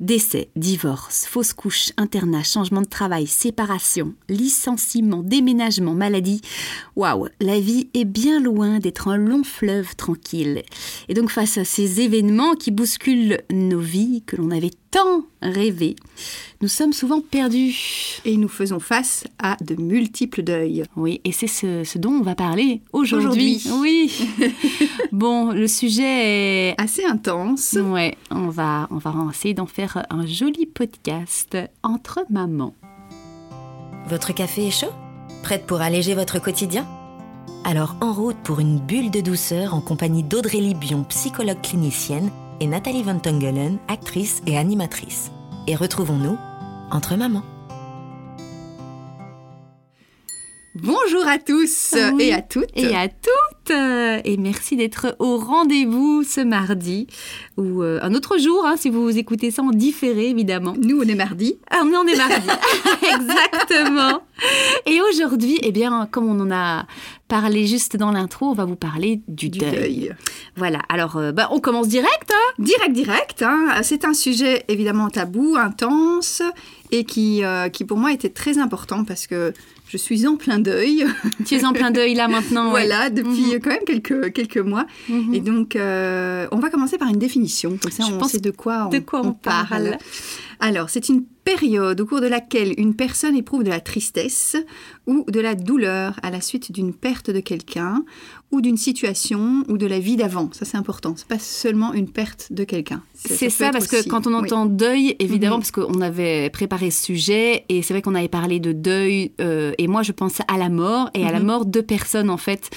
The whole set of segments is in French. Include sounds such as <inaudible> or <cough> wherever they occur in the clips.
Décès, divorce, fausse couche, internat, changement de travail, séparation, licenciement, déménagement, maladie. Waouh, la vie est bien loin d'être un long fleuve tranquille. Et donc face à ces événements qui bousculent nos vies que l'on avait tant rêvé, nous sommes souvent perdus. Et nous faisons face à de multiples deuils. Oui, et c'est ce, ce dont on va parler aujourd'hui. Aujourd'hui. Ah, Oui. bon, le sujet est Assez intense. Ouais, on va, on va essayer d'en faire un joli podcast entre mamans. Votre café est chaud Prête pour alléger votre quotidien Alors en route pour une bulle de douceur en compagnie d'Audrey Libion, psychologue clinicienne, et Nathalie Van Tongelen, actrice et animatrice. Et retrouvons-nous entre mamans. Bonjour à tous Ah oui. et à toutes. Et à toutes euh, Et merci d'être au rendez-vous ce mardi, ou euh, un autre jour, hein, si vous écoutez ça en différé, évidemment. Nous, on est mardi. Ah, on est- on est <laughs> mardi. Exactement. Et aujourd'hui, eh bien, comme on en a parlé juste dans l'intro, on va vous parler du, Du deuil. deuil. Voilà, alors euh, bah, on commence direct. hein. Direct, direct. hein. C'est un sujet évidemment tabou, intense, et qui, euh, qui pour moi était très important parce que je suis en plein deuil. tu es en plein deuil là maintenant. ouais. <laughs> voilà, depuis quand même quelques, quelques mois. Mhm. Et donc, euh, on va commencer par une définition. Comme ça, Je on pense sait de quoi on, de quoi on parle. Alors, c'est une période au cours de laquelle une personne éprouve de la tristesse ou de la douleur à la suite d'une perte de quelqu'un ou d'une situation ou de la vie d'avant. Ça, c'est important. C'est pas seulement une perte de quelqu'un. C'est peut ça, être parce que aussi- quand on oui. entend deuil, évidemment, Mhm. parce qu'on avait préparé ce sujet, et c'est vrai qu'on avait parlé de deuil, euh, et moi je pense à la mort, et à la Mhm. mort de personnes en fait.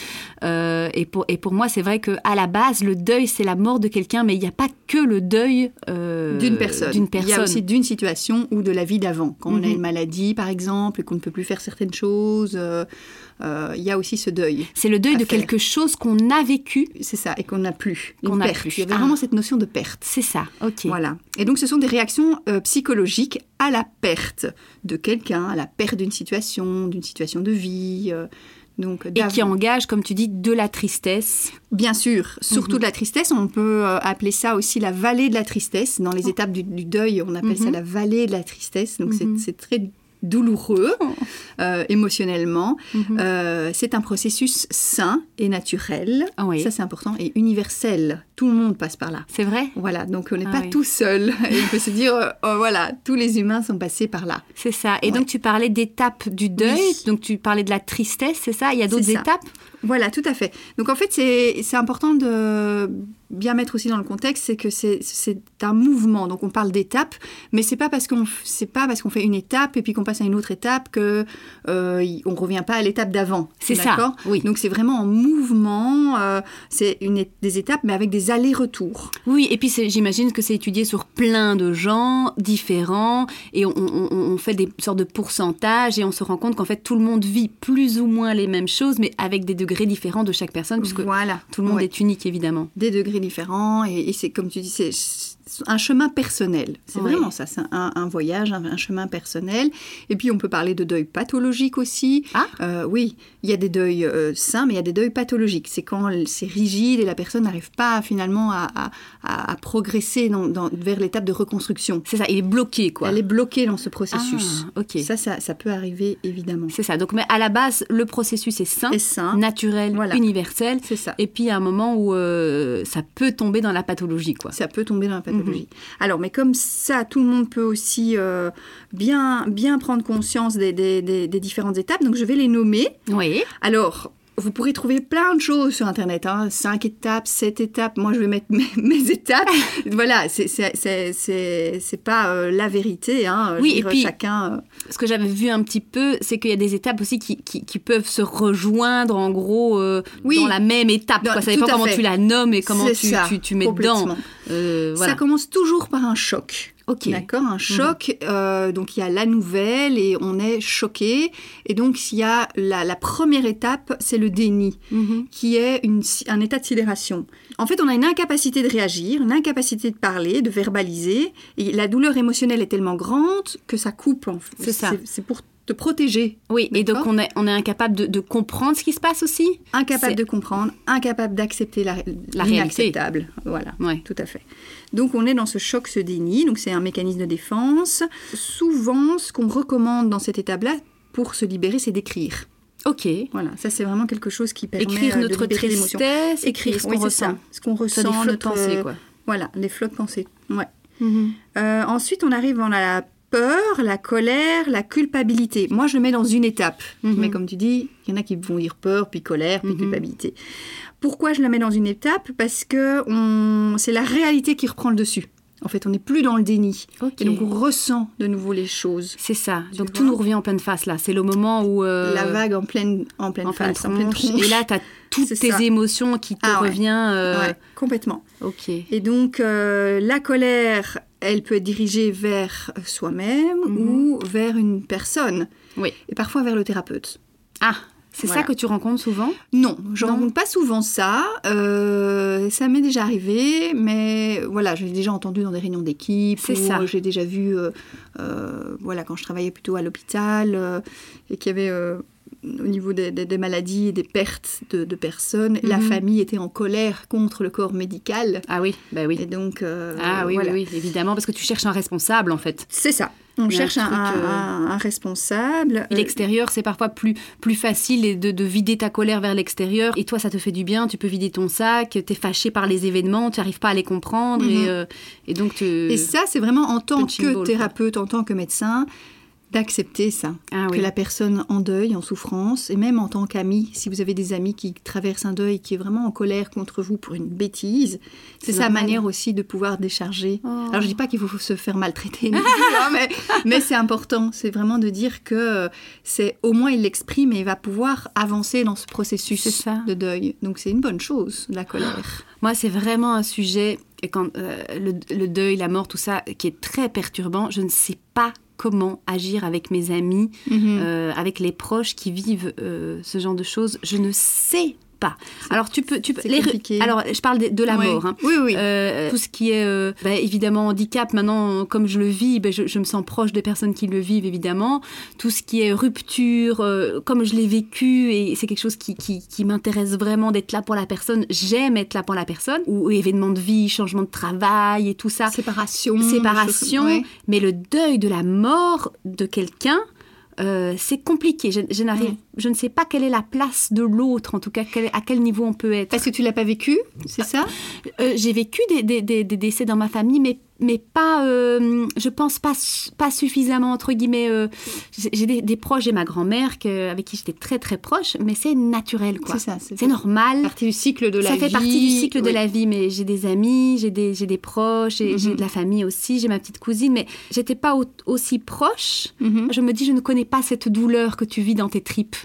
Euh, et, pour, et pour moi, c'est vrai que à la base, le deuil, c'est la mort de quelqu'un, mais il n'y a pas que le deuil euh, D'une personne. D'une Il y a personne. aussi d'une situation ou de la vie d'avant. Quand on a Mhm. une maladie, par exemple, et qu'on ne peut plus faire certaines choses, euh, euh, il y a aussi ce deuil. C'est le deuil à de faire. quelque chose qu'on a vécu. C'est ça, et qu'on n'a plus. Qu'on Une n'a perte. plus. Il y avait Ah. vraiment cette notion de perte. C'est ça, ok. Voilà. Et donc, ce sont des réactions euh, psychologiques à la perte de quelqu'un, à la perte d'une situation, d'une situation de vie. euh, donc, Et qui d'avant. engage, comme tu dis, de la tristesse. Bien sûr, Mhm. surtout de la tristesse. On peut euh, appeler ça aussi la vallée de la tristesse. Dans les étapes du, du deuil, on appelle ça Oh. Mhm. la vallée de la tristesse. Donc c'est- Mhm. c'est très douloureux Oh. euh, émotionnellement. Mhm. Euh, c'est un processus sain et naturel. Ah oui. Ça c'est important et universel. Tout le monde passe par là. C'est vrai Voilà, donc on n'est Ah pas oui. tout seul. <laughs> Et on peut se dire, euh, oh, voilà, tous les humains sont passés par là. C'est ça. Et Ouais. donc tu parlais d'étapes du deuil, Oui. donc tu parlais de la tristesse, c'est ça Il y a d'autres C'est ça. étapes Voilà, tout à fait. Donc en fait, c'est c'est important de bien mettre aussi dans le contexte, c'est que c'est- c'est un mouvement. Donc on parle d'étapes, mais c'est pas parce qu'on f- c'est pas parce qu'on fait une étape et puis qu'on passe à une autre étape que euh, y- on revient pas à l'étape d'avant. C'est D'accord ça. Oui. Donc c'est vraiment en mouvement. euh, c'est une é- des étapes, mais avec des allers-retours. Oui, et puis c'est- j'imagine que c'est étudié sur plein de gens différents et on, on- on- on fait des sortes de pourcentages et on se rend compte qu'en fait tout le monde vit plus ou moins les mêmes choses, mais avec des degrés différents de chaque personne, puisque voilà. tout le monde Ouais. est unique évidemment. des degrés différents et, et c'est comme tu dis c'est ch- un chemin personnel c'est Ouais. vraiment ça c'est un, un voyage un, un chemin personnel et puis on peut parler de deuil pathologique aussi Ah. Euh, oui il y a des deuils euh, sains mais il y a des deuils pathologiques c'est quand l- c'est rigide et la personne n'arrive pas finalement à, à- à- à progresser dans- dans- vers l'étape de reconstruction C'est ça, il est bloqué quoi. elle est bloquée dans ce processus Ah, ok. ça, ça ça peut arriver évidemment C'est ça. Donc, mais à la base, le processus est sain, et sain naturel, Voilà. universel. c'est ça Et puis, il y a un moment où euh, ça peut tomber dans la pathologie, quoi. Ça peut tomber dans la pathologie. Mhm. Alors, mais comme ça, tout le monde peut aussi euh, bien, bien prendre conscience des, des- des- des différentes étapes. Donc, je vais les nommer. Oui. Alors, vous pourrez trouver plein de choses sur Internet. Hein. Cinq étapes, sept étapes. Moi, je vais mettre <laughs> mes, mes <laughs> étapes. voilà, c'est- c'est- c'est c'est- c'est pas euh, la vérité. Hein. Je Oui, veux et dire, puis- chacun. euh, ce que j'avais vu un petit peu, c'est qu'il y a des étapes aussi qui, qui, qui peuvent se rejoindre, en gros, euh, Oui. dans la même étape. Dans- quoi. Ça tout dépend à comment fait. tu la nommes et comment c'est tu, ça, tu, tu mets complètement. dedans. Euh, voilà. Ça commence toujours par un choc. ok. D'accord, un choc. euh, donc il y a la nouvelle et on est choqué. Et donc il y a la, la première étape, c'est le déni, Mhm. qui est une si- un état de sidération. En fait, on a une incapacité de réagir, une incapacité de parler, de verbaliser. Et la douleur émotionnelle est tellement grande que ça coupe. En fait. C'est ça. C'est pour te protéger. Oui, et donc D'accord. on est, on est incapable de, de comprendre ce qui se passe aussi Incapable C'est- de comprendre, incapable d'accepter la, La réalité. l'inacceptable. Voilà, Ouais. tout à fait. Donc on est dans ce choc, ce déni, donc c'est un mécanisme de défense. Souvent, ce qu'on recommande dans cette étape-là, pour se libérer, c'est d'écrire. Ok. Voilà, ça c'est vraiment quelque chose qui permet Écrire euh, de notre libérer l'émotion. tristesse, écrire ce oui, qu'on c'est ça. euh, ressent. Ce qu'on Ça, ressent, des flots de notre- pensée, quoi. Voilà, des flots de pensée. Ouais. Euh, ensuite, on arrive on a la peur, la colère, la culpabilité. Moi, je le mets dans une étape. Mhm. Mais comme tu dis, il y en a qui vont dire peur, puis colère, puis Mhm. culpabilité. Pourquoi je la mets dans une étape Parce que on... c'est la réalité qui reprend le dessus. En fait, on n'est plus dans le déni. Ok. Et donc, on ressent de nouveau les choses. C'est ça. Tu donc vois tout nous revient en pleine face là. C'est le moment où euh, La vague en pleine, en pleine en pleine face, en pleine tronche. tronche. Et là, t'as toutes <laughs> C'est tes ça. émotions qui te Ah ouais. revient. euh, Ouais, complètement. Ok. Et donc, euh, la colère, elle peut être dirigée vers soi-même Mhm. ou vers une personne. Oui. Et parfois vers le thérapeute. Ah, c'est Voilà. ça que tu rencontres souvent. Non, je Non. rencontre pas souvent ça. Euh, ça m'est déjà arrivé, mais voilà, je l'ai déjà entendu dans des réunions d'équipe. C'est ou ça. J'ai déjà vu, euh, euh, voilà, quand je travaillais plutôt à l'hôpital euh, et qu'il y avait euh, au niveau des, des- des maladies et des pertes de, de personnes, la Mhm. famille était en colère contre le corps médical. Ah oui, bah oui. Et donc, euh, ah oui, voilà. oui, oui, évidemment, parce que tu cherches un responsable en fait. C'est ça. On un cherche un, truc, euh, un- un responsable. Euh, L'extérieur, c'est parfois plus, plus facile et de, de vider ta colère vers l'extérieur. Et toi, ça te fait du bien, tu peux vider ton sac, t'es fâché par les événements, tu n'arrives pas à les comprendre. Mhm. et, euh, et donc, tu... et ça, c'est vraiment en tant punching ball, que quoi. thérapeute, en tant que médecin, d'accepter ça. Ah oui. Que la personne en deuil, en souffrance, et même en tant qu'ami, si vous avez des amis qui traversent un deuil, qui est vraiment en colère contre vous pour une bêtise, C'est c'est sa normal. manière aussi de pouvoir décharger. Oh. Alors je dis pas qu'il faut se faire maltraiter, <laughs> ni tout, hein, mais, mais c'est important. C'est vraiment de dire que euh, c'est au moins il l'exprime et il va pouvoir avancer dans ce C'est processus ça. de deuil. Donc c'est une bonne chose la colère. Moi, c'est vraiment un sujet, et quand, euh, le, le deuil, la mort, tout ça, qui est très perturbant. Je ne sais pas comment agir avec mes amis, Mhm. euh, avec les proches qui vivent euh, ce genre de choses. Je ne sais pas. Alors, tu peux... Tu peux c'est les re- compliqué. Alors, je parle de, de la Oui. mort. hein. Oui, oui. Euh, tout ce qui est euh, bah, évidemment handicap, maintenant, euh, comme je le vis, bah, je, je me sens proche des personnes qui le vivent, évidemment. Tout ce qui est rupture, euh, comme je l'ai vécu, et c'est quelque chose qui, qui, qui m'intéresse vraiment d'être là pour la personne. J'aime être là pour la personne. Ou, ou événements de vie, changement de travail et tout ça. séparation. Séparation. choses- ouais. Mais le deuil de la mort de quelqu'un, euh, c'est compliqué. Je, je n'arrive, Ouais. je ne sais pas quelle est la place de l'autre, en tout cas, quel- à quel niveau on peut être. Parce que tu l'as pas vécu, c'est ça Euh, j'ai vécu des, des- des- des décès dans ma famille, mais, mais pas, euh, je pense, pas, su- pas suffisamment, entre guillemets. euh, j'ai j'ai des, des proches, j'ai ma grand-mère que- avec qui j'étais très très proche, mais c'est naturel, quoi. C'est ça. C'est C'est normal. partie du cycle de la Ça vie. fait partie du cycle de oui. la vie, mais j'ai des amis, j'ai des, j'ai des proches, et Mhm. j'ai de la famille aussi, j'ai ma petite cousine, mais j'étais pas au- aussi proche. Mhm. Je me dis, je ne connais pas cette douleur que tu vis dans tes tripes.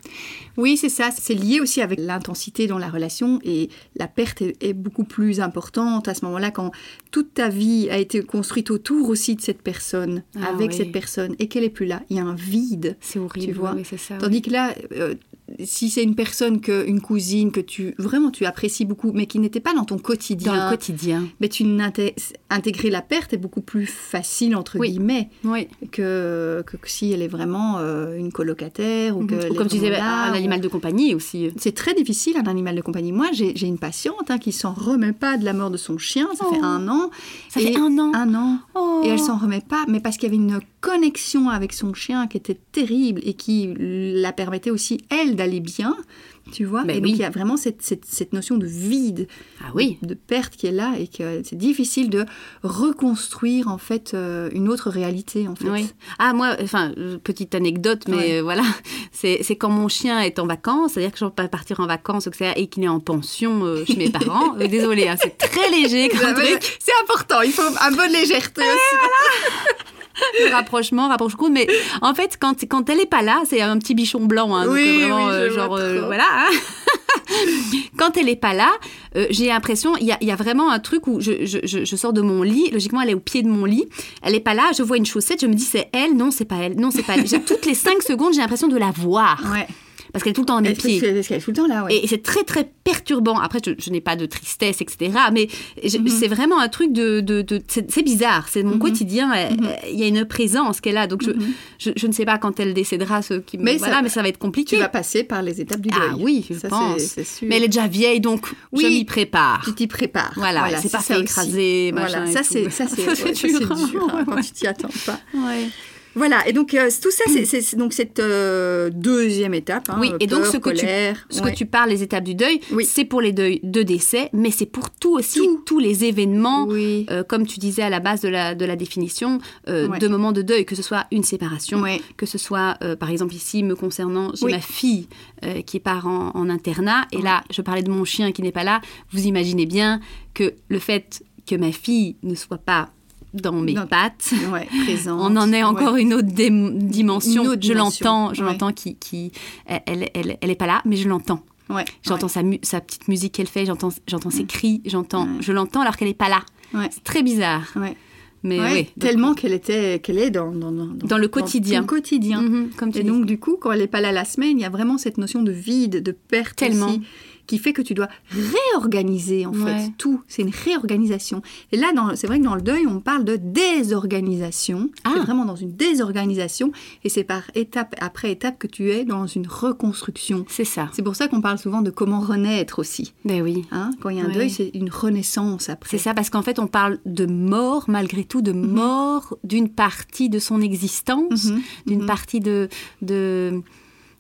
Oui, c'est ça. C'est lié aussi avec l'intensité dans la relation et la perte est, est beaucoup plus importante à ce moment-là quand toute ta vie a été construite autour aussi de cette personne, Ah avec oui. cette personne et qu'elle est plus là. Il y a un vide. C'est horrible, vois. oui, c'est ça. Ah oui. Tandis que là, euh, si c'est une personne que une cousine que tu vraiment tu apprécies beaucoup, mais qui n'était pas dans ton quotidien, Dans le quotidien. mais tu n'inté- intégrer la perte est beaucoup plus facile entre Oui. guillemets Oui. que, que, que si elle est vraiment euh, une colocataire ou, que Mhm. Ou elle est comme tu disais, vraiment là, un ou- animal de compagnie aussi. C'est très difficile un animal de compagnie. Moi, j'ai j'ai une patiente hein, qui s'en remet pas de la mort de son chien. Ça Oh. fait un an. Ça Et fait un an. Un an. Oh. Et elle s'en remet pas, mais parce qu'il y avait une connexion avec son chien qui était terrible et qui la permettait aussi, elle, d'aller bien. Tu vois Ben Et donc, oui. il y a vraiment cette, cette- cette notion de vide, Ah oui. de perte qui est là et que c'est difficile de reconstruire, en fait, euh, une autre réalité, en fait. <laughs> Oui. Ah moi, enfin euh, petite anecdote, mais Ouais. euh, voilà, <laughs> c'est c'est quand mon chien est en vacances, c'est-à-dire que je ne peux pas partir en vacances ou que ça- et qu'il est en pension euh, chez mes <laughs> parents. Euh, Désolée, hein, c'est très léger comme Ah, mais truc, C'est important, il faut un peu de légèreté aussi. le <laughs> rapprochement, rapproche court, mais en fait quand quand elle est pas là, c'est un petit bichon blanc, hein, donc, Oui, euh, vraiment oui, je euh, vois genre euh, trop. voilà. hein. <laughs> Quand elle est pas là, euh, j'ai l'impression il y a, il y a vraiment un truc où je, je- je- je sors de mon lit. Logiquement, elle est au pied de mon lit. Elle est pas là. Je vois une chaussette. Je me dis c'est elle. Non, c'est pas elle. Non, c'est pas elle. J'ai- Toutes les cinq secondes, j'ai l'impression de la voir. Ouais. parce qu'elle est tout le temps en épier. Parce qu'elle est tout le temps là, ouais. Ah. Et c'est très très perturbant. Après, je, je n'ai pas de tristesse, etc. Mais je- Mm-hmm. c'est vraiment un truc de, de, de- c'est c'est bizarre. C'est mon quotidien. Elle- Mm-hmm. elle- Il y a une présence qu'elle a. Donc je, je, je ne sais pas quand elle décédera, ce qui me- Mais ça voilà, va- mais ça va être compliqué. tu vas passer par les étapes du deuil. Ah oui, je Ça, c'est- pense. c'est sûr. Mais elle est déjà vieille, donc je Oui. m'y prépare. tu t'y prépares. Voilà, elle s'est pas ça fait aussi. écraser, Voilà, machin et ça tout. <laughs> c'est ça c'est Ça, ouais, c'est ça, c'est dur, dur hein, hein, ouais, quand ouais. tu t'y attends pas. Ouais. Voilà, et donc euh, tout ça, c'est- c'est c'est donc cette euh, deuxième étape. hein, Oui, euh, et donc peur, ce que tu- colère, Ce ouais. que tu parles, les étapes du deuil, Oui. c'est pour les deuils de décès, mais c'est pour tout aussi, Tout. tous les événements, Oui. euh, comme tu disais à la base de la, de la définition, euh, Ouais. de moments de deuil, que ce soit une séparation, Ouais. que ce soit, euh, par exemple ici, me concernant, j'ai Oui. ma fille euh, qui part en, en internat, et là, je parlais de mon chien qui n'est pas là, vous imaginez bien que le fait que ma fille ne soit pas dans mes Dans- pattes, Ouais, présente, on en est encore une autre dém- dimension. Une autre je dimension, l'entends, je ouais. l'entends qui, qui elle, elle, elle est pas là, mais je l'entends. Ouais. Ouais. Mm. J'entends sa, mu- sa petite musique qu'elle fait, j'entends, j'entends ses cris, j'entends, je l'entends alors qu'elle est pas là. Ouais. C'est très bizarre, Ouais. mais Ouais, oui. tellement qu'elle était, qu'elle est dans, dans, dans, Dans le quotidien. tout le quotidien. Mhm, comme tu Mm-hmm. Et dis. donc, du coup, quand elle n'est pas là la semaine, il y a vraiment cette notion de vide, de perte Tellement. aussi, qui fait que tu dois réorganiser, en Ouais. fait, tout. C'est une réorganisation. Et là, dans- c'est vrai que dans le deuil, on parle de désorganisation. Ah. C'est vraiment dans une désorganisation. Et c'est par étape après étape que tu es dans une reconstruction. c'est ça. C'est pour ça qu'on parle souvent de comment renaître aussi. Ben oui. hein. Quand il y a un Ouais. deuil, c'est une renaissance après. C'est ça, parce qu'en fait, on parle de mort, malgré tout, Mm-hmm. de mort d'une partie de son existence, Mhm, d'une mhm. partie de, de,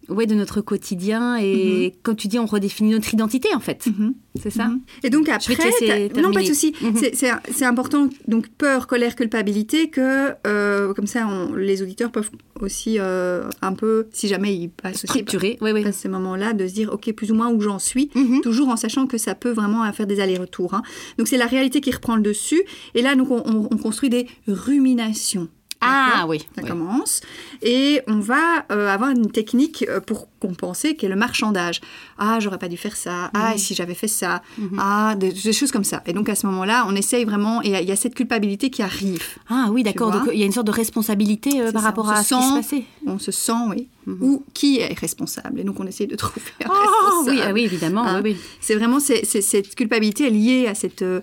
ouais, de notre quotidien. Mm-hmm. Et quand tu dis, on redéfinit notre identité, en fait. Mhm. C'est ça Mhm. Et donc Je vais après, te laisser t'as- non terminer. pas de souci. Mhm. C'est- C'est c'est important donc peur, colère, culpabilité que euh, comme ça on- les auditeurs peuvent aussi euh, un peu si jamais ils passent aussi par- Structuré, oui, oui. par ces moments-là de se dire ok plus ou moins où j'en suis. Mhm. Toujours en sachant que ça peut vraiment faire des allers-retours. hein. Donc c'est la réalité qui reprend le dessus. Et là, donc, on, on- on construit des ruminations. Ah D'accord oui. Ça oui. commence. Et on va euh, avoir une technique euh, pour compenser qui est le marchandage. Ah, j'aurais pas dû faire Mhm. ça. Ah, et si j'avais fait ça. Ah, des, des choses comme ça. Et donc à ce moment-là, on essaye vraiment, et il y a- il y a cette culpabilité qui arrive. Ah oui, d'accord. Tu Donc vois il y a une sorte de responsabilité euh, C'est par ça, rapport on se à ce qui se sent- passait. On se sent, oui. Mhm. Ou qui est responsable. Et donc on essaye de trouver un Ah oui, responsable. ah oui, évidemment. Hein. oui, oui. C'est vraiment c'est- c'est- cette culpabilité est liée à cette euh,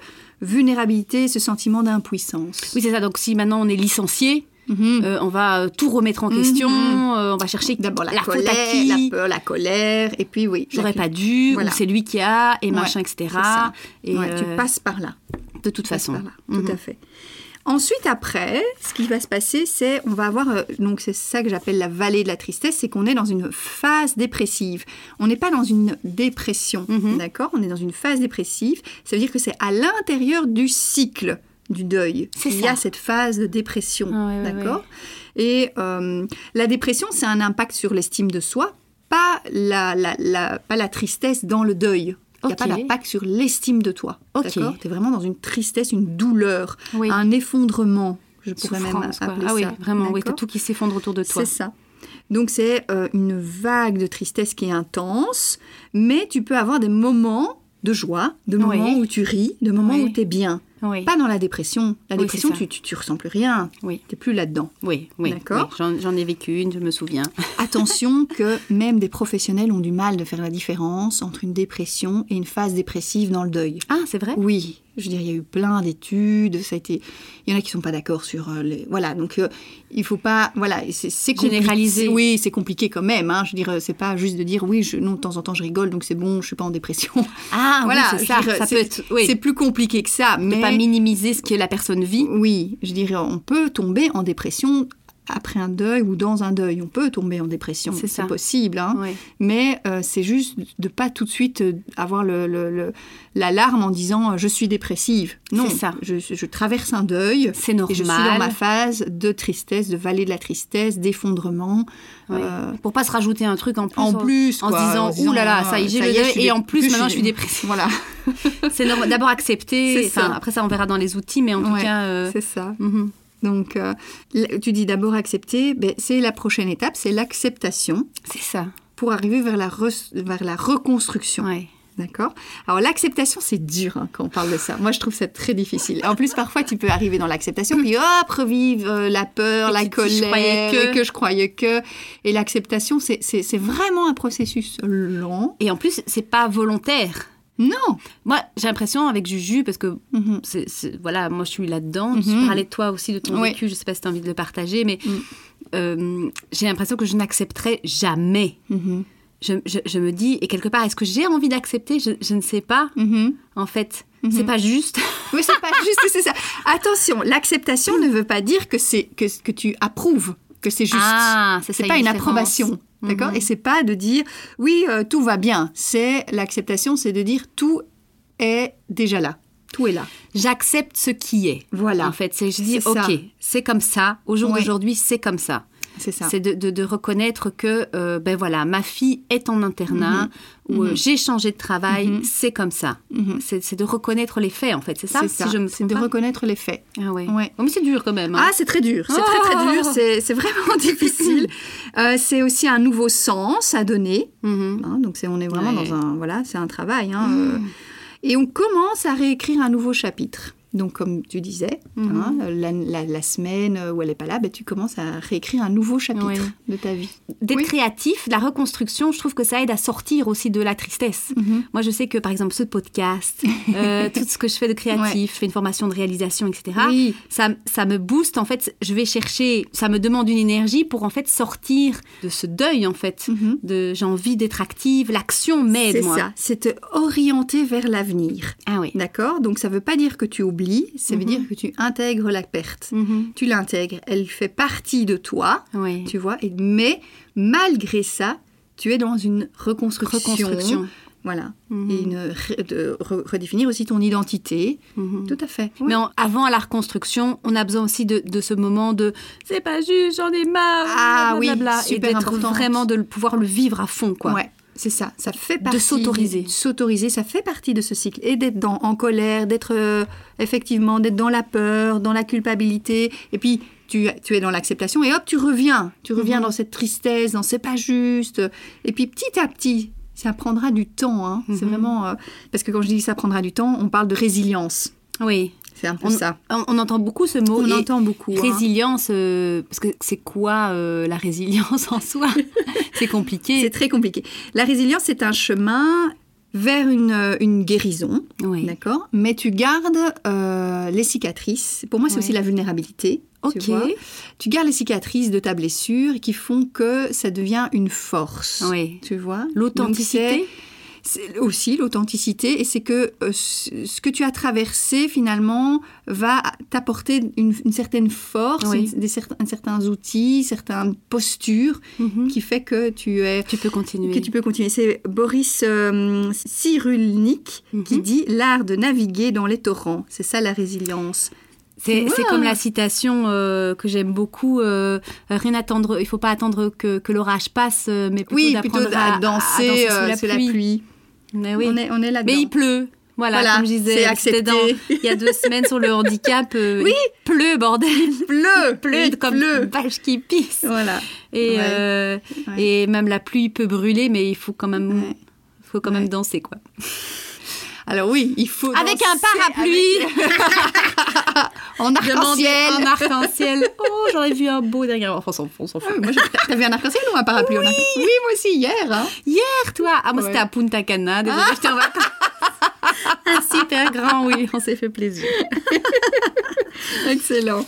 vulnérabilité, ce sentiment d'impuissance. Oui, c'est ça. Donc si maintenant on est licencié, Mhm. euh, on va euh, tout remettre en question. euh, on va chercher Mm, D'abord la, faute à colère, qui. la peur, la colère, et puis oui. la J'aurais pas dû, Voilà. ou c'est lui qui a, et Ouais, machin, etc. c'est ça. Et Ouais, euh, tu passes par là. de toute Tu passes façon. par là, Mhm. Tout à fait. Ensuite, après, ce qui va se passer, c'est on va avoir euh, donc c'est ça que j'appelle la vallée de la tristesse, c'est qu'on est dans une phase dépressive. On n'est pas dans une dépression, Mhm. d'accord On est dans une phase dépressive. Ça veut dire que c'est à l'intérieur du cycle du deuil. C'est Il y ça. a cette phase de dépression, Ah ouais, ouais, d'accord Et euh, la dépression, c'est un impact sur l'estime de soi, pas la, la- la- pas la tristesse dans le deuil. Il n'y a Ok. pas d'impact sur l'estime de toi. Ok. D'accord T'es vraiment dans une tristesse, une douleur, Oui. un effondrement, je pourrais Ah, même Souffrance, quoi. appeler Ah ça. oui, vraiment, oui, t'as D'accord tout qui s'effondre autour de toi. C'est ça. Donc c'est euh, une vague de tristesse qui est intense, mais tu peux avoir des moments de joie, de moments Oui. où tu ris, de moments Oui. où tu es bien. Oui. Pas dans la dépression. La Oui, dépression, c'est ça. tu, tu, tu ressens plus rien. Oui. Tu plus là-dedans. Oui, oui, D'accord. oui. J'en- J'en ai vécu une, je me souviens. Attention que même des professionnels ont du mal de faire la différence entre une dépression et une phase dépressive dans le deuil. Ah, c'est vrai Oui, je veux dire, il y a eu plein d'études, ça a été... Il y en a qui sont pas d'accord sur euh, les... Voilà, donc euh, il faut pas... Voilà, et c'est- c'est compliqué. Généraliser. Oui, c'est compliqué quand même, hein. je veux dire, euh, c'est pas juste de dire, oui, je, non, de temps en temps je rigole, donc c'est bon, je suis pas en dépression. Ah, voilà, oui, c'est je ça. veux dire, ça c'est- peut être. <laughs> Oui. C'est plus compliqué que ça, ne mais... pas minimiser ce que la personne vit. Oui, je dirais, on peut tomber en dépression après un deuil ou dans un deuil. On peut tomber en dépression, C'est ça. c'est possible. hein. Ouais. Mais euh, c'est juste de pas tout de suite euh, avoir le- le- le- l'alarme en disant euh, je suis dépressive. Non, C'est ça. Je, je traverse un deuil. C'est normal. Et je suis dans ma phase de tristesse, de vallée de la tristesse, d'effondrement. Ouais. euh, Pour pas se rajouter un truc en plus. en euh, en- plus, en quoi, se disant, ouh là là, ça y est, j'ai le je deuil, suis et dé- en plus, maintenant, je suis <laughs> dépressive. Voilà, C'est normal. D'abord accepter. C'est ça. Enfin, après ça, on verra dans les outils, mais en tout Ouais, cas. euh, <laughs> c'est ça. mhm. Donc, euh, l- tu dis d'abord accepter, ben, c'est la prochaine étape, c'est l'acceptation C'est ça. pour arriver vers la, re- vers la reconstruction. Ouais. D'accord. Alors l'acceptation, c'est dur hein, quand on parle de ça. Moi, je trouve ça très difficile. En plus, parfois, tu peux arriver dans l'acceptation, puis hop, revive euh, la peur, Et la tu te colère, dis, je croyais que. et je croyais que. Et l'acceptation, c'est- c'est c'est vraiment un processus lent. Et en plus, c'est pas volontaire. Non. Moi, j'ai l'impression avec Juju, parce que Mhm. c'est- c'est- voilà, moi je suis là-dedans. Mhm. Tu parlais de toi aussi, de ton Oui. vécu. Je sais pas si tu as envie de le partager, mais Mm. euh, j'ai l'impression que je n'accepterai jamais. Mhm. Je, je- je me dis, et quelque part, est-ce que j'ai envie d'accepter je, je ne sais pas, Mhm. en fait. Mhm. C'est pas juste. Oui, c'est pas juste, c'est ça. Attention, l'acceptation ne veut pas dire que c'est que, que tu approuves, que c'est juste. Ah, ça, c'est ça pas y est, une différence. approbation, d'accord Mhm. Et c'est pas de dire oui, euh, tout va bien. C'est l'acceptation, c'est de dire tout est déjà là, tout est là. J'accepte ce qui est. Voilà, En fait, c'est je dis, C'est ça. ok, c'est comme ça. Au jour Oui. d'aujourd'hui, c'est comme ça. c'est ça. C'est de, de- de reconnaître que, euh, ben voilà, ma fille est en internat ou euh, Mhm. j'ai changé de travail, Mhm. c'est comme ça. Mhm. C'est c'est de reconnaître les faits, en fait, c'est ça C'est Si ça. je me C'est trompe de pas reconnaître les faits. Ah ouais. Ouais. Oh, mais c'est dur quand même. hein. Ah, c'est très dur, c'est très <laughs> très dur, Oh. c'est c'est vraiment <laughs> <laughs> difficile. Euh, c'est aussi un nouveau sens à donner. Mhm. hein, donc c'est on est vraiment Ouais. Mmh. dans un voilà, c'est un travail. hein, euh, et on commence à réécrire un nouveau chapitre. Donc comme tu disais, Mhm. hein, la, la- la semaine où elle est pas là, ben, tu commences à réécrire un nouveau chapitre Ouais. de ta vie. D'être Oui. créatif, de la reconstruction, je trouve que ça aide à sortir aussi de la tristesse. Moi, je sais que, par exemple, ce <laughs> podcast, euh, tout ce que je fais de créatif, Ouais. je fais une formation de réalisation, etc. Oui. Ça, ça me booste, en fait, je vais chercher, ça me demande une énergie pour, en fait, sortir de ce deuil, en fait. Mhm. De j'ai envie d'être active, l'action Mmh. m'aide, C'est moi. ça, c'est te orienter vers l'avenir. Ah oui. D'accord Donc ça veut pas dire que tu oublies, ça veut Mhm. dire que tu intègres la perte. Mmh. Tu l'intègres, elle fait partie de toi, Oui. Mm-hmm. tu vois, et- mais malgré ça, tu es dans une reconstruction. Reconstruction. Voilà. Mhm. Et une re- de re- redéfinir aussi ton identité. Mhm. Tout à fait. Mais en- avant la reconstruction, on a besoin aussi de, de ce moment de c'est pas juste, j'en ai marre, Ah oui, blablabla, et super d'être importante. vraiment de le- pouvoir le vivre à fond, quoi. Ouais, c'est ça. Ça fait partie. s'autoriser. de S'autoriser, ça fait partie de ce cycle. Et d'être dans- en colère, d'être euh, effectivement, d'être dans la peur, dans la culpabilité. Et puis, tu, tu es dans l'acceptation et hop, tu reviens. Tu reviens dans cette tristesse, dans c'est pas juste. Et puis, petit à petit, ça prendra du temps. hein. C'est Mhm. vraiment. euh, parce que quand je dis ça prendra du temps, on parle de résilience. Oui. C'est un peu ça. On, on entend beaucoup ce mot. On et entend beaucoup. hein. Résilience, euh, parce que c'est quoi euh, la résilience <laughs> en soi C'est C'est compliqué. très compliqué. La résilience, c'est un chemin vers une, euh, une guérison, Oui. d'accord Mais tu gardes euh, les cicatrices. Pour moi, c'est Ouais. aussi la vulnérabilité. Ok. Tu, vois. Tu gardes les cicatrices de ta blessure qui font que ça devient une force. Oui. Tu vois Donc, L'authenticité. c'est- c'est aussi l'authenticité et c'est que euh, ce ce que tu as traversé finalement va t'apporter une, une certaine force, Oui. une- des certains, certains outils, certaines postures Mhm. qui fait que tu es Tu peux continuer. que tu peux continuer. C'est Boris euh, Cyrulnik qui Mhm. dit l'art de naviguer dans les torrents. C'est ça la résilience. C'est Ouais. c'est comme la citation euh, que j'aime beaucoup. euh, rien attendre, il faut pas attendre que, que l'orage passe, euh, mais plutôt plutôt d'apprendre à, à, à danser sous euh, la sous pluie. pluie. Mais oui. On est, on est là-dedans. Mais il pleut. Voilà, Voilà, comme je disais, c'est c'était accepté. dans- il y a <laughs> deux semaines sur le handicap. euh, Oui. il pleut, bordel. <laughs> pleut, Il pleut comme une pleut. vache qui pisse. Voilà. Et, Ouais. euh, Ouais. et même la pluie peut brûler, mais il faut quand même, Ouais. faut quand Ouais. même danser, quoi. Alors oui, il faut Avec un danser parapluie avec- en arc-en-ciel. Demander un arc-en-ciel. Oh, j'en ai vu un beau dernier. Enfin, on s'en fout, on s'en fout. Ah oui, moi, je- T'avais un arc-en-ciel ou un parapluie oui. oui, moi aussi hier. hein. Hier, toi Ah, moi, Ouais. c'était à Punta Cana. Désolée, Ah. j'étais en vacances. <laughs> Un super grand, oui. On s'est fait plaisir. Excellent.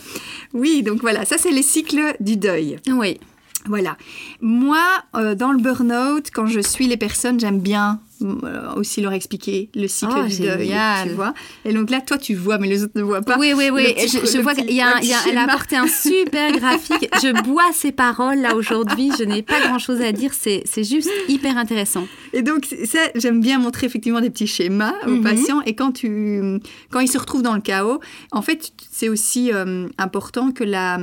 Oui, donc voilà, ça c'est les cycles du deuil. Oui. Voilà. Moi, euh, dans le burn-out, quand je suis les personnes, j'aime bien euh, aussi leur expliquer le cycle Oh, du génial. deuil. Tu vois Et donc là, toi, tu vois, mais les autres ne voient pas. Oui, oui, oui. Le petit- je je le vois petit- qu'il y a, un- le il y a- petit elle a schéma. apporté un super graphique. <laughs> Je bois ses paroles là aujourd'hui. Je n'ai pas grand chose à dire. C'est c'est juste hyper intéressant. Et donc, c'est- ça, j'aime bien montrer effectivement des petits schémas aux Mhm. patients. Et quand, tu, quand ils se retrouvent dans le chaos, en fait, c'est aussi euh, important que la.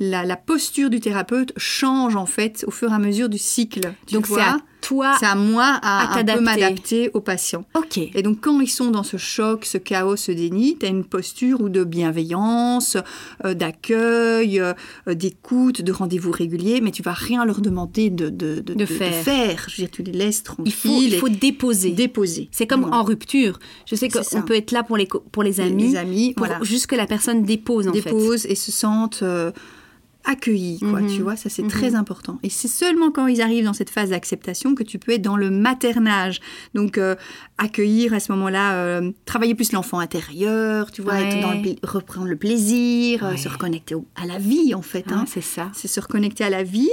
La, la posture du thérapeute change en fait au fur et à mesure du cycle. tu Donc c'est vois. à toi C'est à moi à à, un peu t'adapter. m'adapter aux patients. Ok. Et donc, quand ils sont dans ce choc, ce chaos, ce déni, tu as une posture ou de bienveillance, euh, d'accueil, euh, euh, d'écoute, de rendez-vous réguliers, mais tu vas rien leur demander de, de, de, de- de faire. Je veux dire, tu les laisses Il tranquilles. faut, il et faut déposer. déposer. C'est comme Ouais. en rupture. Je sais C'est ça. qu'on peut être là pour les, co- pour les Les- amis, les amis, pour voilà. juste que la personne dépose en fait. déposent et se sentent euh, accueillis, quoi, Mhm. tu vois, ça c'est Mhm. très important. Et c'est seulement quand ils arrivent dans cette phase d'acceptation que tu peux être dans le maternage. Donc euh, accueillir à ce moment-là, euh, travailler plus l'enfant intérieur, tu vois, être Ouais. dans le pla- reprendre le plaisir, euh, Ouais. se reconnecter au- à la vie en fait. Hein, hein. c'est ça. C'est se reconnecter à la vie.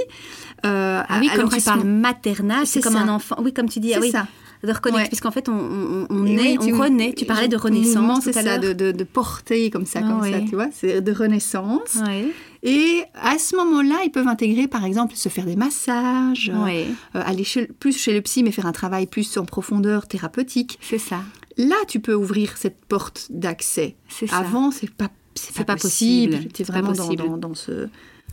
euh, Ah oui, à- comme alors, tu à ce parles moment- maternage, c'est C'est comme ça. un enfant. Oui, comme tu dis, ah C'est oui, ça. de reconnaître, Ouais. puisqu'en fait, on, on, on Et est, oui, tu- on renaît. Tu parlais de ton mouvement, renaissance c'est tout à ça, l'heure. de, de, de porter comme ça, Ah comme ça, ouais. tu vois, c'est de renaissance. Ouais. Et à ce moment-là, ils peuvent intégrer, par exemple, se faire des massages, euh, Ouais. euh, aller chez- plus chez le psy, mais faire un travail plus en profondeur thérapeutique. C'est ça. Là, tu peux ouvrir cette porte d'accès. C'est ça. Avant, c'est pas c'est C'est pas, pas possible. possible. Tu es C'est pas vraiment dans, possible. dans- dans ce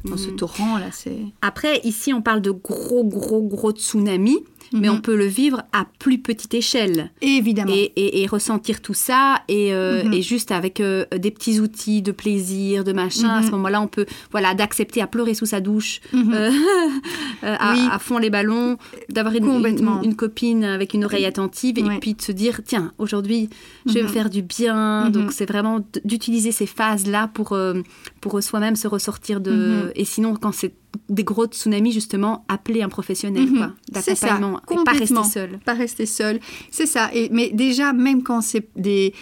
dans ce Mhm. torrent là. C'est Après, ici, on parle de gros, gros, gros tsunami, mais Mhm. on peut le vivre à plus petite échelle. évidemment. et, et- et ressentir tout ça et, euh, Mhm. et juste avec euh, des petits outils de plaisir de machin à Mhm. ce moment-là on peut voilà d'accepter à pleurer sous sa douche Mhm. euh, <laughs> euh, à, Oui. à fond les ballons d'avoir une, Complètement. une- une copine avec une oreille attentive et Ouais. puis de se dire tiens aujourd'hui je vais me Mhm. faire du bien donc Mhm. c'est vraiment d- d'utiliser ces phases là pour euh, pour soi-même se ressortir de Mhm. et sinon quand c'est des gros tsunamis justement appeler un professionnel Mhm. quoi C'est ça, d'accompagnement et pas complètement. rester seul Pas rester seul, c'est ça. Et, mais déjà, même quand c'est des,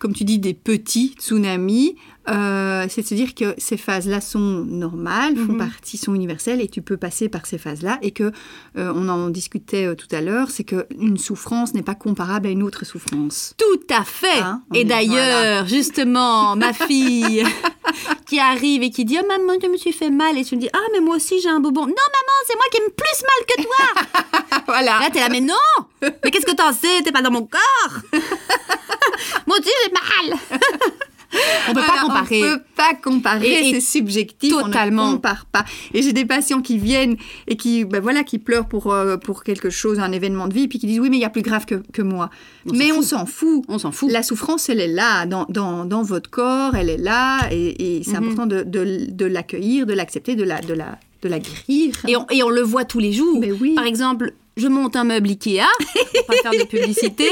comme tu dis, des petits tsunamis, euh, c'est de se dire que ces phases-là sont normales, font Mhm. partie, sont universelles, et tu peux passer par ces phases-là. Et que euh, on en discutait euh, tout à l'heure, c'est que une souffrance n'est pas comparable à une autre souffrance. Tout à fait. Hein, on et est- d'ailleurs, justement, <laughs> ma fille <laughs> qui arrive et qui dit oh, maman, je me suis fait mal et tu me dis ah mais moi aussi j'ai un bobon. Non maman, c'est moi qui aime plus mal que toi. voilà. Là t'es là mais non. Mais qu'est-ce que t'en sais T'es pas dans mon corps. <laughs> mon Dieu j'ai mal. <laughs> on peut pas Voilà, comparer. On peut pas comparer, Et- et c'est subjectif. totalement. On ne compare pas. Et j'ai des patients qui viennent et qui, ben voilà, qui pleurent pour, euh, pour quelque chose, un événement de vie, puis qui disent oui, mais il y a plus grave que, que moi. On mais s'en on fout. s'en fout. On s'en fout. La souffrance, elle est là, dans, dans, dans votre corps, elle est là, et, et c'est Mhm. important de, de, de l'accueillir, de l'accepter, de la, de, la, de la guérir. Et on, et on le voit tous les jours. Mais oui. Par exemple, je monte un meuble Ikea, pour faire des publicités.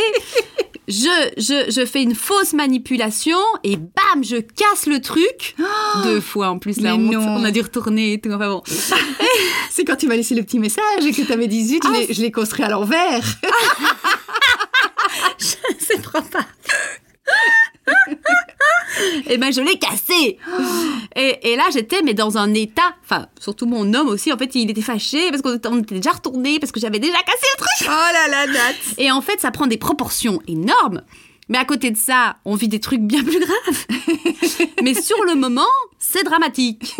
Je, je, je fais une fausse manipulation et bam, je casse le <gasps> truc. Deux fois en plus, là, Mais on, non. on a dû retourner et tout. Enfin bon. C'est quand tu m'as laissé le petit message et que tu avais 18, Ah, je l'ai- je l'ai construit à l'envers. <laughs> C'est pas. et ben je l'ai cassé. Et, et là j'étais mais dans un état, enfin surtout mon homme aussi en fait il était fâché parce qu'on était, on était déjà retourné parce que j'avais déjà cassé le truc. Oh là là, <laughs> Nat Et en fait, ça prend des proportions énormes. Mais à côté de ça, on vit des trucs bien plus graves. <laughs> Mais sur le moment, c'est <laughs> dramatique.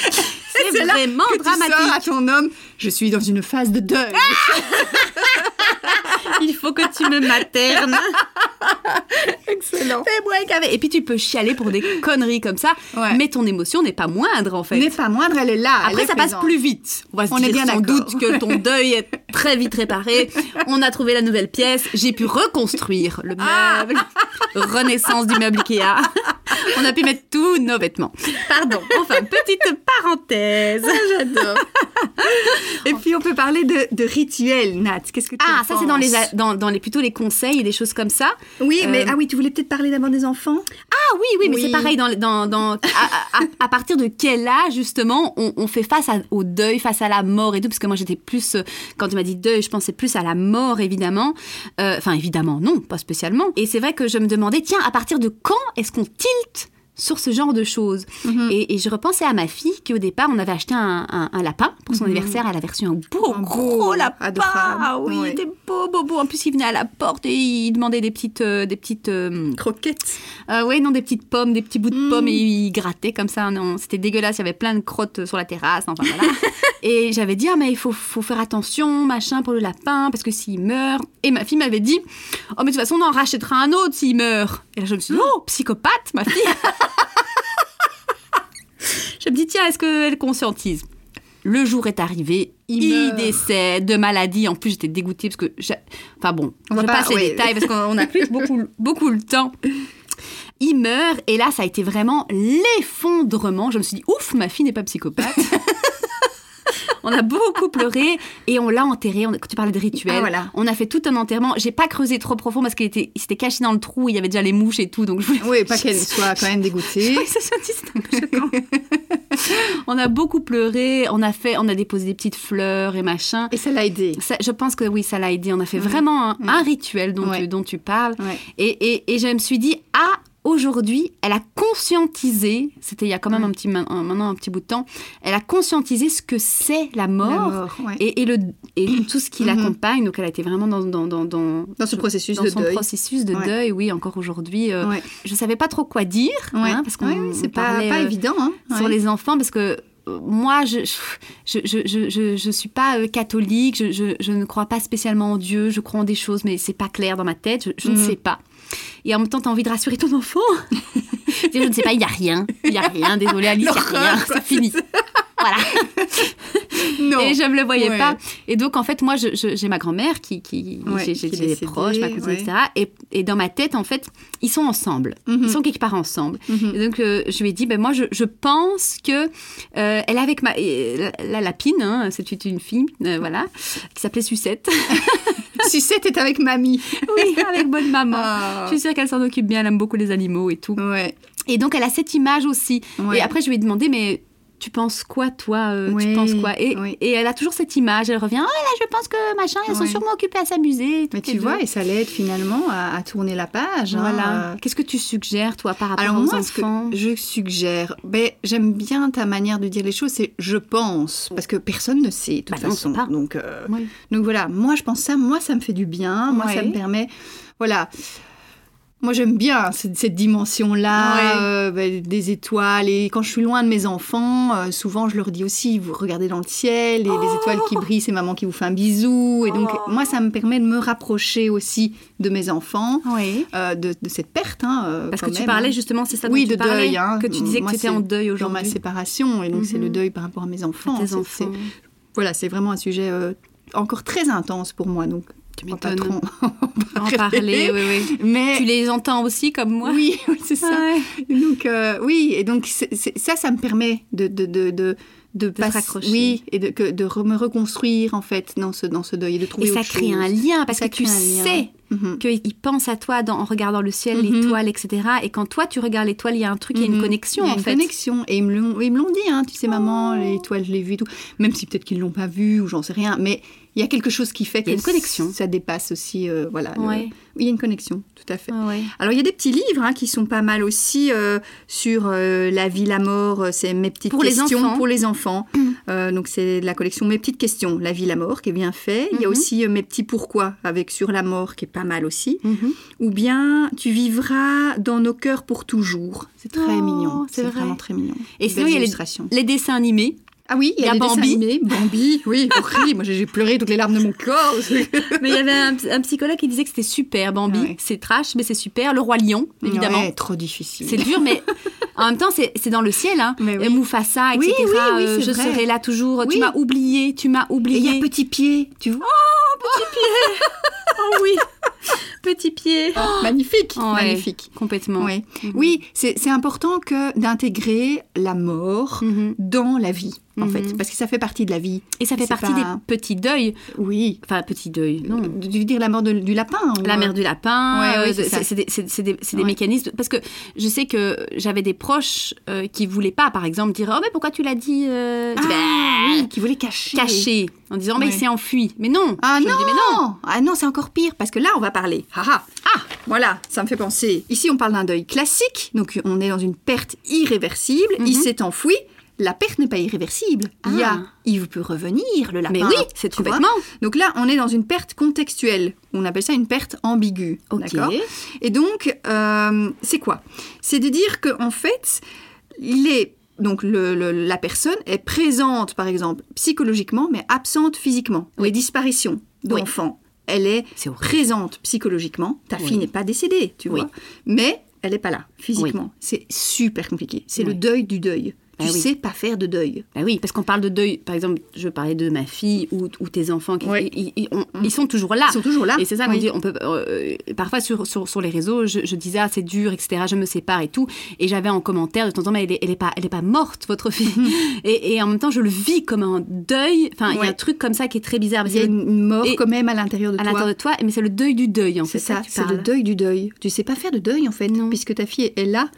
C'est C'est là vraiment que Tu sors à dramatique. ton homme, je suis dans une phase de deuil. Il faut que tu me maternes. <laughs> Excellent. Fais-moi caver. Et puis tu peux chialer pour des conneries comme ça. Ouais. Mais ton émotion n'est pas moindre en fait. N'est pas moindre, elle est là. elle Après, est ça passe présente. plus vite. On va se On dire est bien sans d'accord. doute que <laughs> ton deuil est très vite réparé. On a trouvé la nouvelle pièce. J'ai pu reconstruire le Ah. meuble. Renaissance du meuble <laughs> Ikea. On a pu mettre tous nos vêtements. Pardon. Enfin, petite parenthèse. Ah, <laughs> J'adore. et puis, on peut parler de, de rituels, Nat. Qu'est-ce que tu Ah, en ça, c'est dans les, penses dans, dans les, plutôt les conseils et des choses comme ça. Oui, mais Euh, ah oui, tu voulais peut-être parler d'abord des enfants Ah oui, oui, mais Oui. c'est pareil. Dans, dans, dans, à, à- à- à partir de quel âge, justement, on, on fait face à- au deuil, face à la mort et tout Parce que moi, j'étais plus. euh, Quand tu m'as dit deuil, je pensais plus à la mort, évidemment. Euh, Enfin, évidemment, non, pas spécialement. Et c'est vrai que je me demandais, tiens, à partir de quand est-ce qu'on tilte sur ce genre de choses Mhm. et, et je repensais à ma fille qui au départ on avait acheté un, un- un lapin pour son anniversaire elle avait reçu un beau Mhm. Un gros beau, lapin adorable, Ah oui ouais. il était beau beau beau en plus il venait à la porte et il demandait des petites euh, des petites euh, Croquettes. euh, ouais, non, des petites pommes, des petits bouts de Mm. pommes, et il grattait comme ça. Non, c'était dégueulasse. Il y avait plein de crottes sur la terrasse. Enfin <laughs> voilà. et j'avais dit ah mais il faut, faut faire attention, machin, pour le lapin, parce que s'il meurt. Et ma fille m'avait dit oh mais de toute façon on en rachètera un autre s'il meurt. Et là je me Mm. suis dit oh psychopathe ma fille. <laughs> je me dis tiens est-ce qu'elle conscientise. Le jour est arrivé. il, Il meurt. décède de maladie. En plus, j'étais dégoûtée parce que. j'a- Enfin bon, On va je pas- passe les ouais. détails parce qu'on <laughs> on a plus beaucoup, beaucoup le temps. Il meurt et là, ça a été vraiment l'effondrement. Je me suis dit, ouf, ma fille n'est pas psychopathe. <laughs> On a beaucoup pleuré et on l'a enterré. On- Quand tu parlais de rituel, Ah, voilà. on a fait tout un enterrement. J'ai pas creusé trop profond parce qu'il était, il s'était caché dans le trou. Il y avait déjà les mouches et tout, donc je voulais. Oui, <laughs> pas qu'elle soit quand même dégoûtée. Oui, ça, ça, c'est un peu <laughs> choquant. on a beaucoup pleuré, on a fait, on a déposé des petites fleurs et machin. Et ça l'a aidé. Ça, je pense que oui, ça l'a aidé. On a fait Mhm. vraiment un, Mhm. un rituel dont, Ouais. tu, dont tu parles. Ouais. Et, et- et je me suis dit, ah, aujourd'hui, elle a conscientisé, c'était il y a quand même Mhm. un petit, ma- un- maintenant un petit bout de temps, elle a conscientisé ce que c'est la La mort. mort, ouais. Et, et le, <clears throat> et tout ce qui Mhm. l'accompagne. Donc, elle a été vraiment dans, dans, dans, dans, dans ce processus dans de son deuil. processus de Ouais. deuil. Oui, encore aujourd'hui. euh, Ouais. Je savais pas trop quoi dire. Ouais. hein, parce qu'on Ouais, ouais, c'est on pas, parlait, pas euh, évident. Hein. sur Ouais. les enfants parce que euh, moi, je je, je, je, je, je suis pas euh, catholique, je, je, je ne crois pas spécialement en Dieu, je crois en des choses, mais c'est pas clair dans ma tête, je, je ne Mhm. sais pas. Et en même temps, tu as envie de rassurer ton <laughs> enfant. Tu dis, je ne sais pas, il n'y a rien, il n'y a rien, désolé Alice, il n'y a L'horreur, rien, quoi. c'est fini. Voilà. Non. Et je ne le voyais Ouais. pas. Et donc, en fait, moi, je- je- j'ai ma grand-mère qui. qui Ouais, j'ai- j'ai qui est des décédée, proches, ma cousine, ouais. etc. Et, et dans ma tête, en fait, ils sont ensemble. Mhm. Ils sont quelque part ensemble. Mhm. <laughs> Et donc, euh, je lui ai dit, ben, moi, je, je pense que euh, elle est avec ma, et euh, la, la lapine, hein, c'est une fille, euh, voilà, qui s'appelait Sucette. <laughs> Sucette est avec mamie. oui, avec bonne maman. Je Ah. suis sûre qu'elle s'en occupe bien, elle aime beaucoup les animaux et tout. Ouais. Et donc, elle a cette image aussi. ouais. Et après, je lui ai demandé, mais tu penses quoi, toi euh, Tu Oui, penses quoi et, oui. et elle a toujours cette image. Elle revient, ah là, je pense que machin, elles sont Ouais. sûrement occupées à s'amuser. Mais toutes tu les vois, deux. et ça l'aide finalement à, à tourner la page. hein. Voilà. Euh, Qu'est-ce que tu suggères, toi, par rapport Alors aux moi, ce que enfants je suggère, ben, j'aime bien ta manière de dire les choses, c'est je pense, parce que personne ne sait de toute Oh. Bah non, on façon. sait pas. Donc, euh, Oui. donc voilà, moi je pense ça, moi ça me fait du bien, moi ça Ouais. me permet, voilà. Moi j'aime bien cette, cette dimension-là, Ouais. euh, ben, des étoiles. Et quand je suis loin de mes enfants, euh, souvent je leur dis aussi, vous regardez dans le ciel et les étoiles qui brillent, c'est maman qui vous fait un bisou. Et donc Oh. moi ça me permet de me rapprocher aussi de mes enfants, Oui. euh, de, de cette perte. hein, euh, Parce que quand tu même, parlais hein justement, c'est ça oui, dont tu de parlais, deuil, hein. que tu disais Moi, que c'était c'est en deuil dans ma aujourd'hui. séparation et donc c'est le Mhm. deuil par rapport à mes enfants. Tes C'est- enfants. c'est- voilà, c'est vraiment un sujet euh, encore très intense pour moi donc Tu on va pas m'étonnes. trop <laughs> en En parler, oui, <laughs> oui. Mais Tu Ah. les entends aussi comme moi oui, oui, c'est ça. Ouais. Donc euh, oui, et donc c'est- c'est- ça, ça me permet de de de de, de te raccrocher. oui, et de que- de re- me reconstruire en fait dans ce dans ce deuil et de Et trouver ça autre crée un chose. lien, parce Ça que tu crée un lien. sais Mhm. qu'ils pensent à toi dans- en regardant le ciel, Mhm. l'étoile, etc. Et quand toi, tu regardes l'étoile, il y a un truc, il y a une Mhm. connexion, Il y a en une fait. Oh. connexion. Et ils me l'ont, ils me l'ont dit, hein. tu sais, maman, l'étoile, je l'ai vue et tout. Même si peut-être qu'ils ne l'ont pas vue ou j'en sais rien. Mais il y a quelque chose qui fait Il y que a une connexion. ça dépasse aussi. euh, voilà. le- Ouais. Il y a une connexion, tout à fait. Ah ouais. Alors, il y a des petits livres hein, qui sont pas mal aussi euh, sur euh, la vie, la mort, euh, c'est mes petites Pour les questions enfants. pour les enfants. <clears throat> Euh, donc, c'est de la collection Mes petites questions, la vie, la mort, qui est bien fait. Il y a Mhm. aussi euh, Mes petits pourquoi avec Sur la mort, qui est pas mal aussi. Mhm. Ou bien Tu vivras dans nos cœurs pour toujours. C'est très Oh, mignon. c'est C'est vrai. vraiment très mignon. Et Des sinon, belles il y a les- illustrations. Les dessins <laughs> animés. Ah oui, il y a, les dessins Bambi. animés. Bambi, <laughs> oui, horrible. Moi, j'ai j'ai pleuré toutes les larmes de mon <laughs> corps. Mais il y avait un, un psychologue qui disait que c'était super, Bambi. Ah ouais. C'est trash, mais c'est super. Le Roi Lion, évidemment. Ouais, trop difficile. C'est dur, mais en même temps, c'est c'est dans le ciel. Hein. Mais Eh oui. Et Mufasa, Oui, etc. oui, oui, euh, c'est je vrai. serai là toujours. Tu Oui. m'as oublié, tu m'as Et il y oublié. a Petit Pied, tu vois. Oh oui Petit pied Oh, magnifique, Ouais. magnifique. Oh. Complètement. Oui, Mhm. oui c'est c'est important que d'intégrer la mort Mhm. dans la vie, en Mhm. fait, parce que ça fait partie de la vie. Et ça fait C'est partie pas- des petits deuils. Oui. Enfin, petits deuils, non. Tu veux dire la mort de- du lapin ou- La mère du lapin, Ouais, ouais, euh, c'est c'est ça. c'est des, c'est- c'est des- c'est des Ouais. mécanismes. Parce que je sais que j'avais des proches euh, qui voulaient pas, par exemple, dire Oh, mais pourquoi tu l'as dit euh, Ah, Je dis, Bah, oui, qui voulait cacher. Caché, en disant Mais Ouais. il s'est enfui. Mais non Ah Je me non, dis, Mais non Ah non, c'est encore pire parce que là on va parler. Ah ah Ah, voilà, ça me fait penser. Ici on parle d'un deuil classique, donc on est dans une perte irréversible. Il Mhm. s'est enfoui. La perte n'est pas irréversible. Il y a, Ah. il peut revenir le lapin. Mais oui, c'est tu vois. complètement. Donc là on est dans une perte contextuelle. On appelle ça une perte ambiguë. D'accord. Et donc, euh, c'est quoi C'est de dire que en fait, les, donc le- le- la personne est présente, par exemple, psychologiquement, mais absente physiquement. Les disparitions Oui. d'enfants, elle est C'est horrible. présente psychologiquement. Ta Oui. fille n'est pas décédée, tu Oui. vois, mais elle n'est pas là physiquement. C'est super compliqué. C'est le Oui. deuil du deuil. Tu Ah oui. sais pas faire de deuil. Bah oui, parce qu'on parle de deuil. Par exemple, je parlais de ma fille ou, ou tes enfants. qui- Ouais. Mm. ils, ils- on- ils sont toujours là. Ils sont toujours là. Ah. Et c'est ça qu'on Ah, Oui. dit. On peut, euh, euh, parfois, sur, sur, sur les réseaux, je, je disais, ah, c'est dur, etc., je me sépare et tout. Et j'avais en commentaire de temps en temps, mais elle n'est elle est pas, elle est pas morte, votre <laughs> fille. et, et en même temps, je le vis comme un deuil. Enfin, il y Ouais. a un truc comme ça qui est très bizarre. parce Il y a que une mort Et- quand même à l'intérieur de à toi. l'intérieur de toi, mais c'est le deuil du deuil, en fait. C'est ça, tu c'est le parles. deuil du deuil. Tu sais pas faire de deuil en fait, Non. puisque ta fille est là.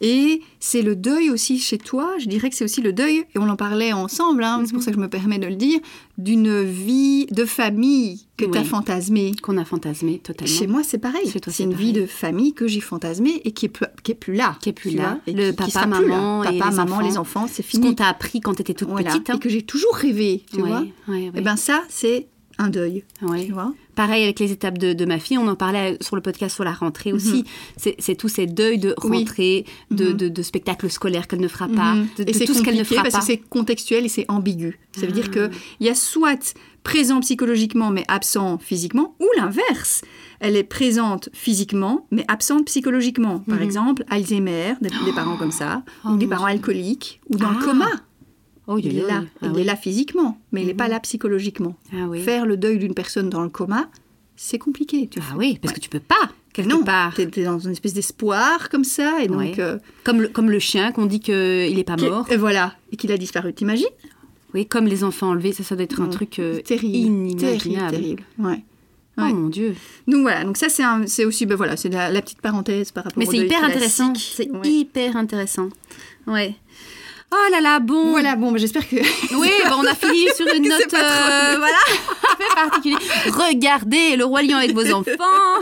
Et c'est le deuil aussi chez toi, je dirais que c'est aussi le deuil, et on en parlait ensemble, hein, c'est pour Mhm. ça que je me permets de le dire, d'une vie de famille que tu as Ouais. fantasmée. Qu'on a fantasmé totalement. Chez moi, c'est pareil. Chez toi, C'est c'est une vie pareil. de famille que j'ai fantasmée et qui est, plus- qui est plus là. Qui est plus tu là. vois, et Le qui- qui papa, sera plus là. maman et Papa, les maman, enfants. les enfants, c'est ce qu'on fini. t'a appris quand tu étais toute Voilà. petite. hein. Et que j'ai toujours rêvé, tu Ouais, vois. ouais, ouais. Et ben ça, c'est un deuil. Ouais. Tu vois. Pareil avec les étapes de, de ma fille, on en parlait sur le podcast sur la rentrée aussi. C'est- C'est tous ces deuils de Mhm. Oui. rentrée, de, Mhm. de, de spectacle scolaire qu'elle ne fera pas, Mhm. de, de et c'est tout ce qu'elle ne compliqué fera parce pas. Ah. que c'est contextuel et c'est ambigu. Ça veut dire que il y a soit présent psychologiquement mais absent physiquement, ou l'inverse. Elle est présente physiquement mais absente psychologiquement. Par exemple, Alzheimer, des, des parents comme ça, ou Mhm. Oh, des mon parents alcooliques, ou dans Ah. le coma. Oh, Il yo, est yo, là, yo. Ah il oui. est là physiquement, mais il n'est pas là psychologiquement. Ah oui. Faire le deuil d'une personne dans le coma, c'est compliqué. Tu Ah oui, parce que tu peux pas, quelque non, part. t'es, t'es dans une espèce d'espoir comme ça, et donc Ah. Ouais. euh, Comme le, comme le chien qu'on dit qu'il n'est pas qu'il- mort. et voilà, et qu'il a disparu. T'imagines Oui, comme les enfants enlevés, ça, ça doit être un Non. truc euh, Terrible, terrible, inimaginable. terrible. Ouais. Oh Ouais. mon Dieu. Donc voilà, donc ça c'est, un- c'est aussi, ben voilà, c'est la, la petite parenthèse par rapport. Mais au c'est deuil hyper classique. intéressant. C'est Ouais. hyper intéressant. Ouais. Oh là là, bon. Voilà, bon, ben, j'espère <laughs> que. Oui, bah, on a fini sur <laughs> une Que note c'est pas trop euh, nul. voilà, <laughs> un peu particulière. Regardez le roi lion avec vos enfants.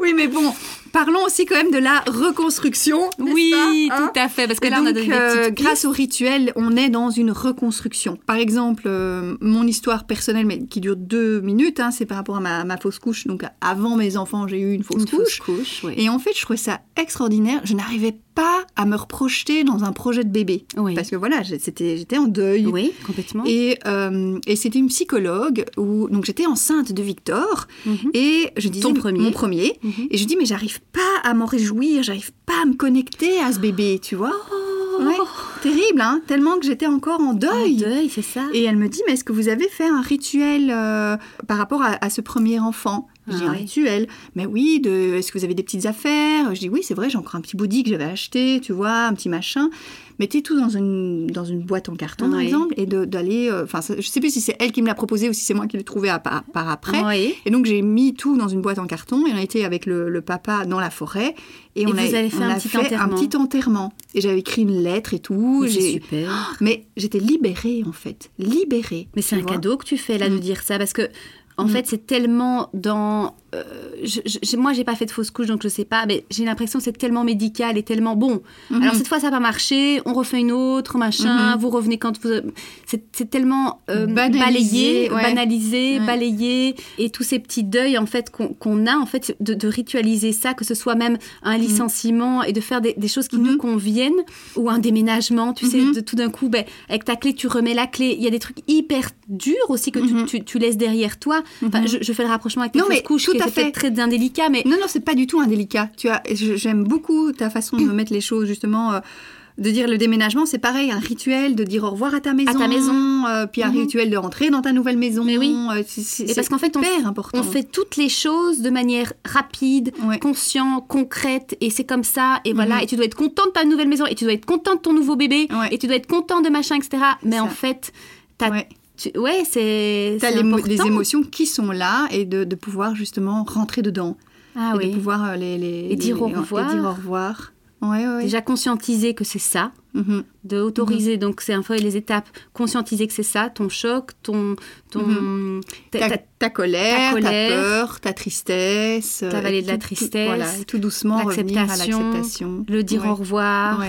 oui, mais bon, parlons aussi quand même de la reconstruction. <laughs> n'est-ce Oui, pas, hein tout à fait parce que Et là on a donc, donné des euh, petites grâce au rituel, on est dans une reconstruction. Par exemple, euh, mon histoire personnelle, mais qui dure deux minutes, hein, c'est par rapport à ma, ma fausse couche. Donc, avant mes enfants, j'ai eu une fausse pistes. Une fausse couche. couche, oui. Et en fait, je trouvais ça extraordinaire. Je n'arrivais pas à me reprojeter dans un projet de bébé. Oui. Parce que voilà, j'ai- c'était- j'étais en deuil. Oui, complètement. Et, euh, et c'était une psychologue où donc j'étais enceinte de Victor Mhm. et je disais Ton premier. mon premier Mhm. et je dis mais j'arrive pas à m'en réjouir, j'arrive pas à me connecter à ce bébé, tu vois. Oh. Ouais, terrible, hein, tellement que j'étais encore en deuil. Un deuil, c'est ça. Et elle me dit, mais est-ce que vous avez fait un rituel euh, par rapport à, à ce premier enfant Je dis, Ah un oui. rituel. Mais oui, de, est-ce que vous avez des petites affaires Je dis, oui, c'est vrai, j'ai encore un petit body que j'avais acheté, tu vois, un petit machin. Mettez tout dans une, dans une boîte en carton, par Oui. exemple, et de- d'aller... euh, Enfin, ça- je sais plus si c'est elle qui me l'a proposé ou si c'est moi qui l'ai trouvé à- par, par après. Oui. Et donc, j'ai mis tout dans une boîte en carton et on a été avec le, le papa dans la forêt. Et, on, vous a, avez fait on un a petit fait un enterrement. petit enterrement. Et j'avais écrit une lettre et tout. Mais c'est J'ai- super. mais j'étais libérée en fait, libérée. Mais c'est tu un vois. cadeau que tu fais là de Mm. dire ça parce que en fait c'est tellement dans euh, je, je, moi j'ai pas fait de fausse couche donc je sais pas mais j'ai l'impression que c'est tellement médical et tellement bon. Mhm. <clears throat> Alors cette fois ça n'a pas marché, on refait une autre machin, Mhm. vous revenez quand vous c'est c'est tellement euh, Banalisé, balayé, ouais. banalisé, Ouais. balayé et tous ces petits deuils en fait qu'on qu'on a en fait de, de ritualiser ça que ce soit même un Mm-hmm. licenciement et de faire des, des choses qui Mhm. nous conviennent ou un déménagement, tu sais Mhm. de- tout d'un coup, ben, avec ta clé, tu remets la clé. Il y a des trucs hyper durs aussi que tu- Mhm. tu, tu laisses derrière toi. Enfin, Mhm. je, je fais le rapprochement avec tes Non, mais fausses couches, tout qui à était fait. peut-être très indélicat, mais Non, non, c'est pas du tout indélicat. Tu as, je- j'aime beaucoup ta façon de mettre les choses justement. euh, de dire le déménagement, c'est pareil, un rituel de dire au revoir à ta maison, ta maison. euh, puis un Mhm. rituel de rentrer dans ta nouvelle maison. Mais oui. euh, c'est- c'est Et parce c'est qu'en fait, on hyper important. on fait toutes les choses de manière rapide, Ouais. conscient, concrète, et c'est comme ça, et Mhm. voilà. Et tu dois être content de ta nouvelle maison, et tu dois être content de ton nouveau bébé, Ouais. et tu dois être content de machin, etc. Mais Ça. en fait, t'as- Ouais. tu- ouais, c'est T'as c'est les, mo- les important. émotions qui sont là et de, de pouvoir justement rentrer dedans Ah et oui. de pouvoir euh, les, les- les- dire au les- revoir. Et dire au revoir. Ouais, ouais. ouais. Déjà conscientiser que c'est ça. Mhm. de autoriser donc c'est un peu les étapes conscientiser que c'est ça ton choc ton ton Mhm. ta- ta, ta- ta colère, ta ta, colère, peur, ta tristesse. euh, vallée et de la tout- tout- tristesse, voilà, et tout doucement revenir à l'acceptation, l'acceptation. le dire Ouais. au revoir Ouais.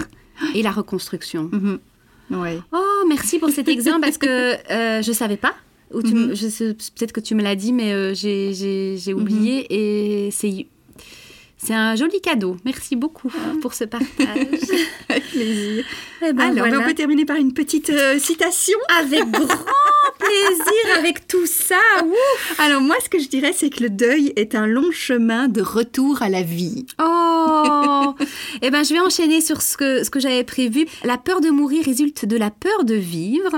et la reconstruction Mhm. Ouais. oh merci pour cet exemple parce <laughs> que euh, je savais pas ou tu Mhm. me- je sais- peut-être que tu me l'as dit mais euh, j'ai- j'ai j'ai oublié et c'est c'est un joli cadeau. Merci beaucoup pour <laughs> ce partage. Ah. Avec plaisir. Eh ben, Alors, voilà. ben, on peut terminer par une petite euh, citation. Avec <laughs> grand plaisir, avec tout ça. Ouh. Alors, moi, ce que je dirais, c'est que le deuil est un long chemin de retour à la vie. Oh, <laughs> Oh Eh ben, je vais enchaîner sur ce que, ce que j'avais prévu. La peur de mourir résulte de la peur de vivre,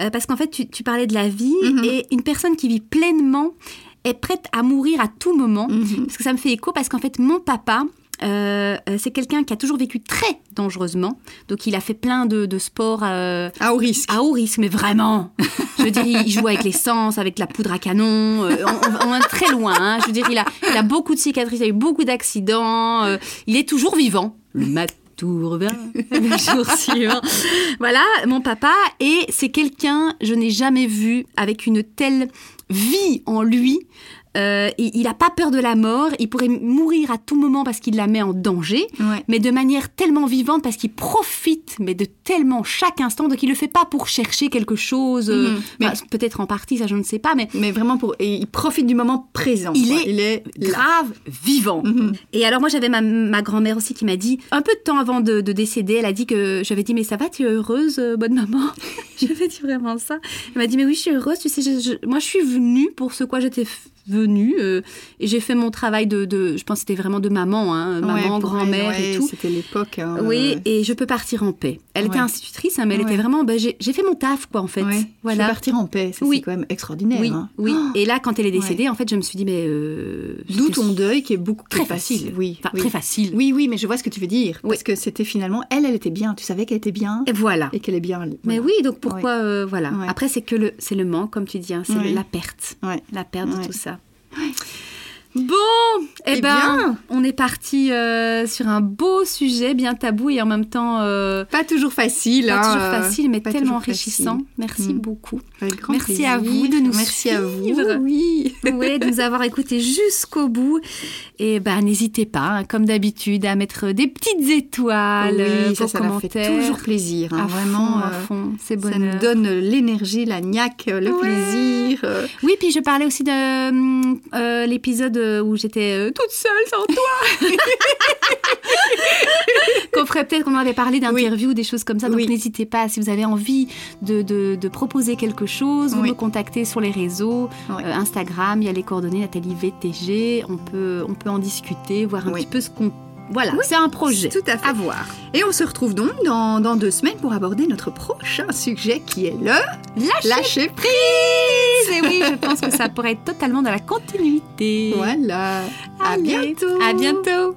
euh, parce qu'en fait, tu, tu parlais de la vie, Mhm. et une personne qui vit pleinement est prête à mourir à tout moment, Mhm. parce que ça me fait écho, parce qu'en fait, mon papa... euh, euh, c'est quelqu'un qui a toujours vécu très dangereusement, donc il a fait plein de, de sports euh, À haut risque. à haut risque, mais vraiment. Je veux dire, il joue avec l'essence, avec la poudre à canon. euh, on, on- on est très loin. hein. Je veux dire, il a, il a beaucoup de cicatrices, il a eu beaucoup d'accidents. euh, il est toujours vivant. Le matou revient le jour suivant. Voilà, mon papa. Et c'est quelqu'un, je n'ai jamais vu avec une telle vie en lui. Euh, il n'a pas peur de la mort. Il pourrait mourir à tout moment parce qu'il la met en danger Ah. Ouais. mais de manière tellement vivante parce qu'il profite, mais de tellement chaque instant, donc il le fait pas pour chercher quelque chose, euh, Mhm. Mais- enfin, peut-être en partie, ça je ne sais pas, mais Mais vraiment, pour... et il profite du moment présent. Il quoi. est il est là. grave, vivant. Mhm. Et alors moi j'avais ma, ma grand-mère aussi qui m'a dit, un peu de temps avant de, de décéder, elle a dit que j'avais dit mais ça va, tu es heureuse, euh, bonne <laughs> maman J'avais dit vraiment ça. Elle m'a dit mais oui je suis heureuse, tu sais, je- je- moi je suis venue pour ce quoi j'étais f- venue euh, et j'ai fait mon travail de, de- je pense que c'était vraiment de maman, hein, Ouais, maman, pour elle, grand-mère ouais, et tout. C'était l'époque. hein, Oui, euh, et je peux partir en paix. Elle était Ouais. institutrice, hein, mais elle Ouais. était vraiment. bah, j'ai j'ai fait mon taf, quoi, en fait. ouais. Je vais Voilà. partir en paix. Ça, Oui. C'est quand même extraordinaire. Oui, hein. oui. Et là, quand elle est Ouais. décédée, en fait, je me suis dit, mais. euh, D'où c'était ton su- deuil qui est beaucoup qui Très est facile. facile. Oui, Enfin, oui. très facile. Oui, oui, mais je vois ce que tu veux dire. Oui. Parce que c'était finalement, elle, elle était bien. Tu savais qu'elle était bien Et voilà. et qu'elle est bien. Mais voilà. oui, donc pourquoi. euh, voilà. Ouais. Après, c'est que le, c'est le manque, comme tu dis, hein, c'est Ouais. la perte. Ouais. La perte de Ouais. tout ça. Bon, eh Eh ben, bien. on est parti euh, sur un beau sujet, bien tabou et en même temps euh, Pas toujours facile. pas hein, toujours euh, facile, mais pas tellement toujours facile. enrichissant. Merci Mm. beaucoup. Avec grand Merci à plaisir. vous de nous Merci à vous. suivre. Oui. Oui, de nous avoir écoutés jusqu'au bout. Et ben, n'hésitez pas, hein, comme d'habitude, à mettre des petites étoiles, euh, oui, vos ça, ça leur fait commentaires. toujours plaisir. hein, à vraiment. fond, à euh, fond. C'est ça nous bonheur. donne l'énergie, la niaque, euh, le Ouais. plaisir. euh, Oui, puis je parlais aussi de hum, euh, l'épisode où j'étais euh, toute seule sans toi. <laughs> qu'on ferait peut-être qu'on en avait parlé d'interviews, des choses comme ça. Donc Oui. n'hésitez pas si vous avez envie de, de- de proposer quelque chose, vous Oui. me contactez sur les réseaux, Ouais. euh, Instagram, il y a les coordonnées Nathalie VTG. On peut on peut en discuter, voir un Oui. petit peu ce qu'on voilà, c'est un projet. Tout à fait. À voir. Et on se retrouve donc dans, dans deux semaines pour aborder notre prochain sujet qui est le Lâchez lâcher prise. Et oui, je <laughs> pense que ça pourrait être totalement dans la continuité. Voilà. À Allez, bientôt. À bientôt.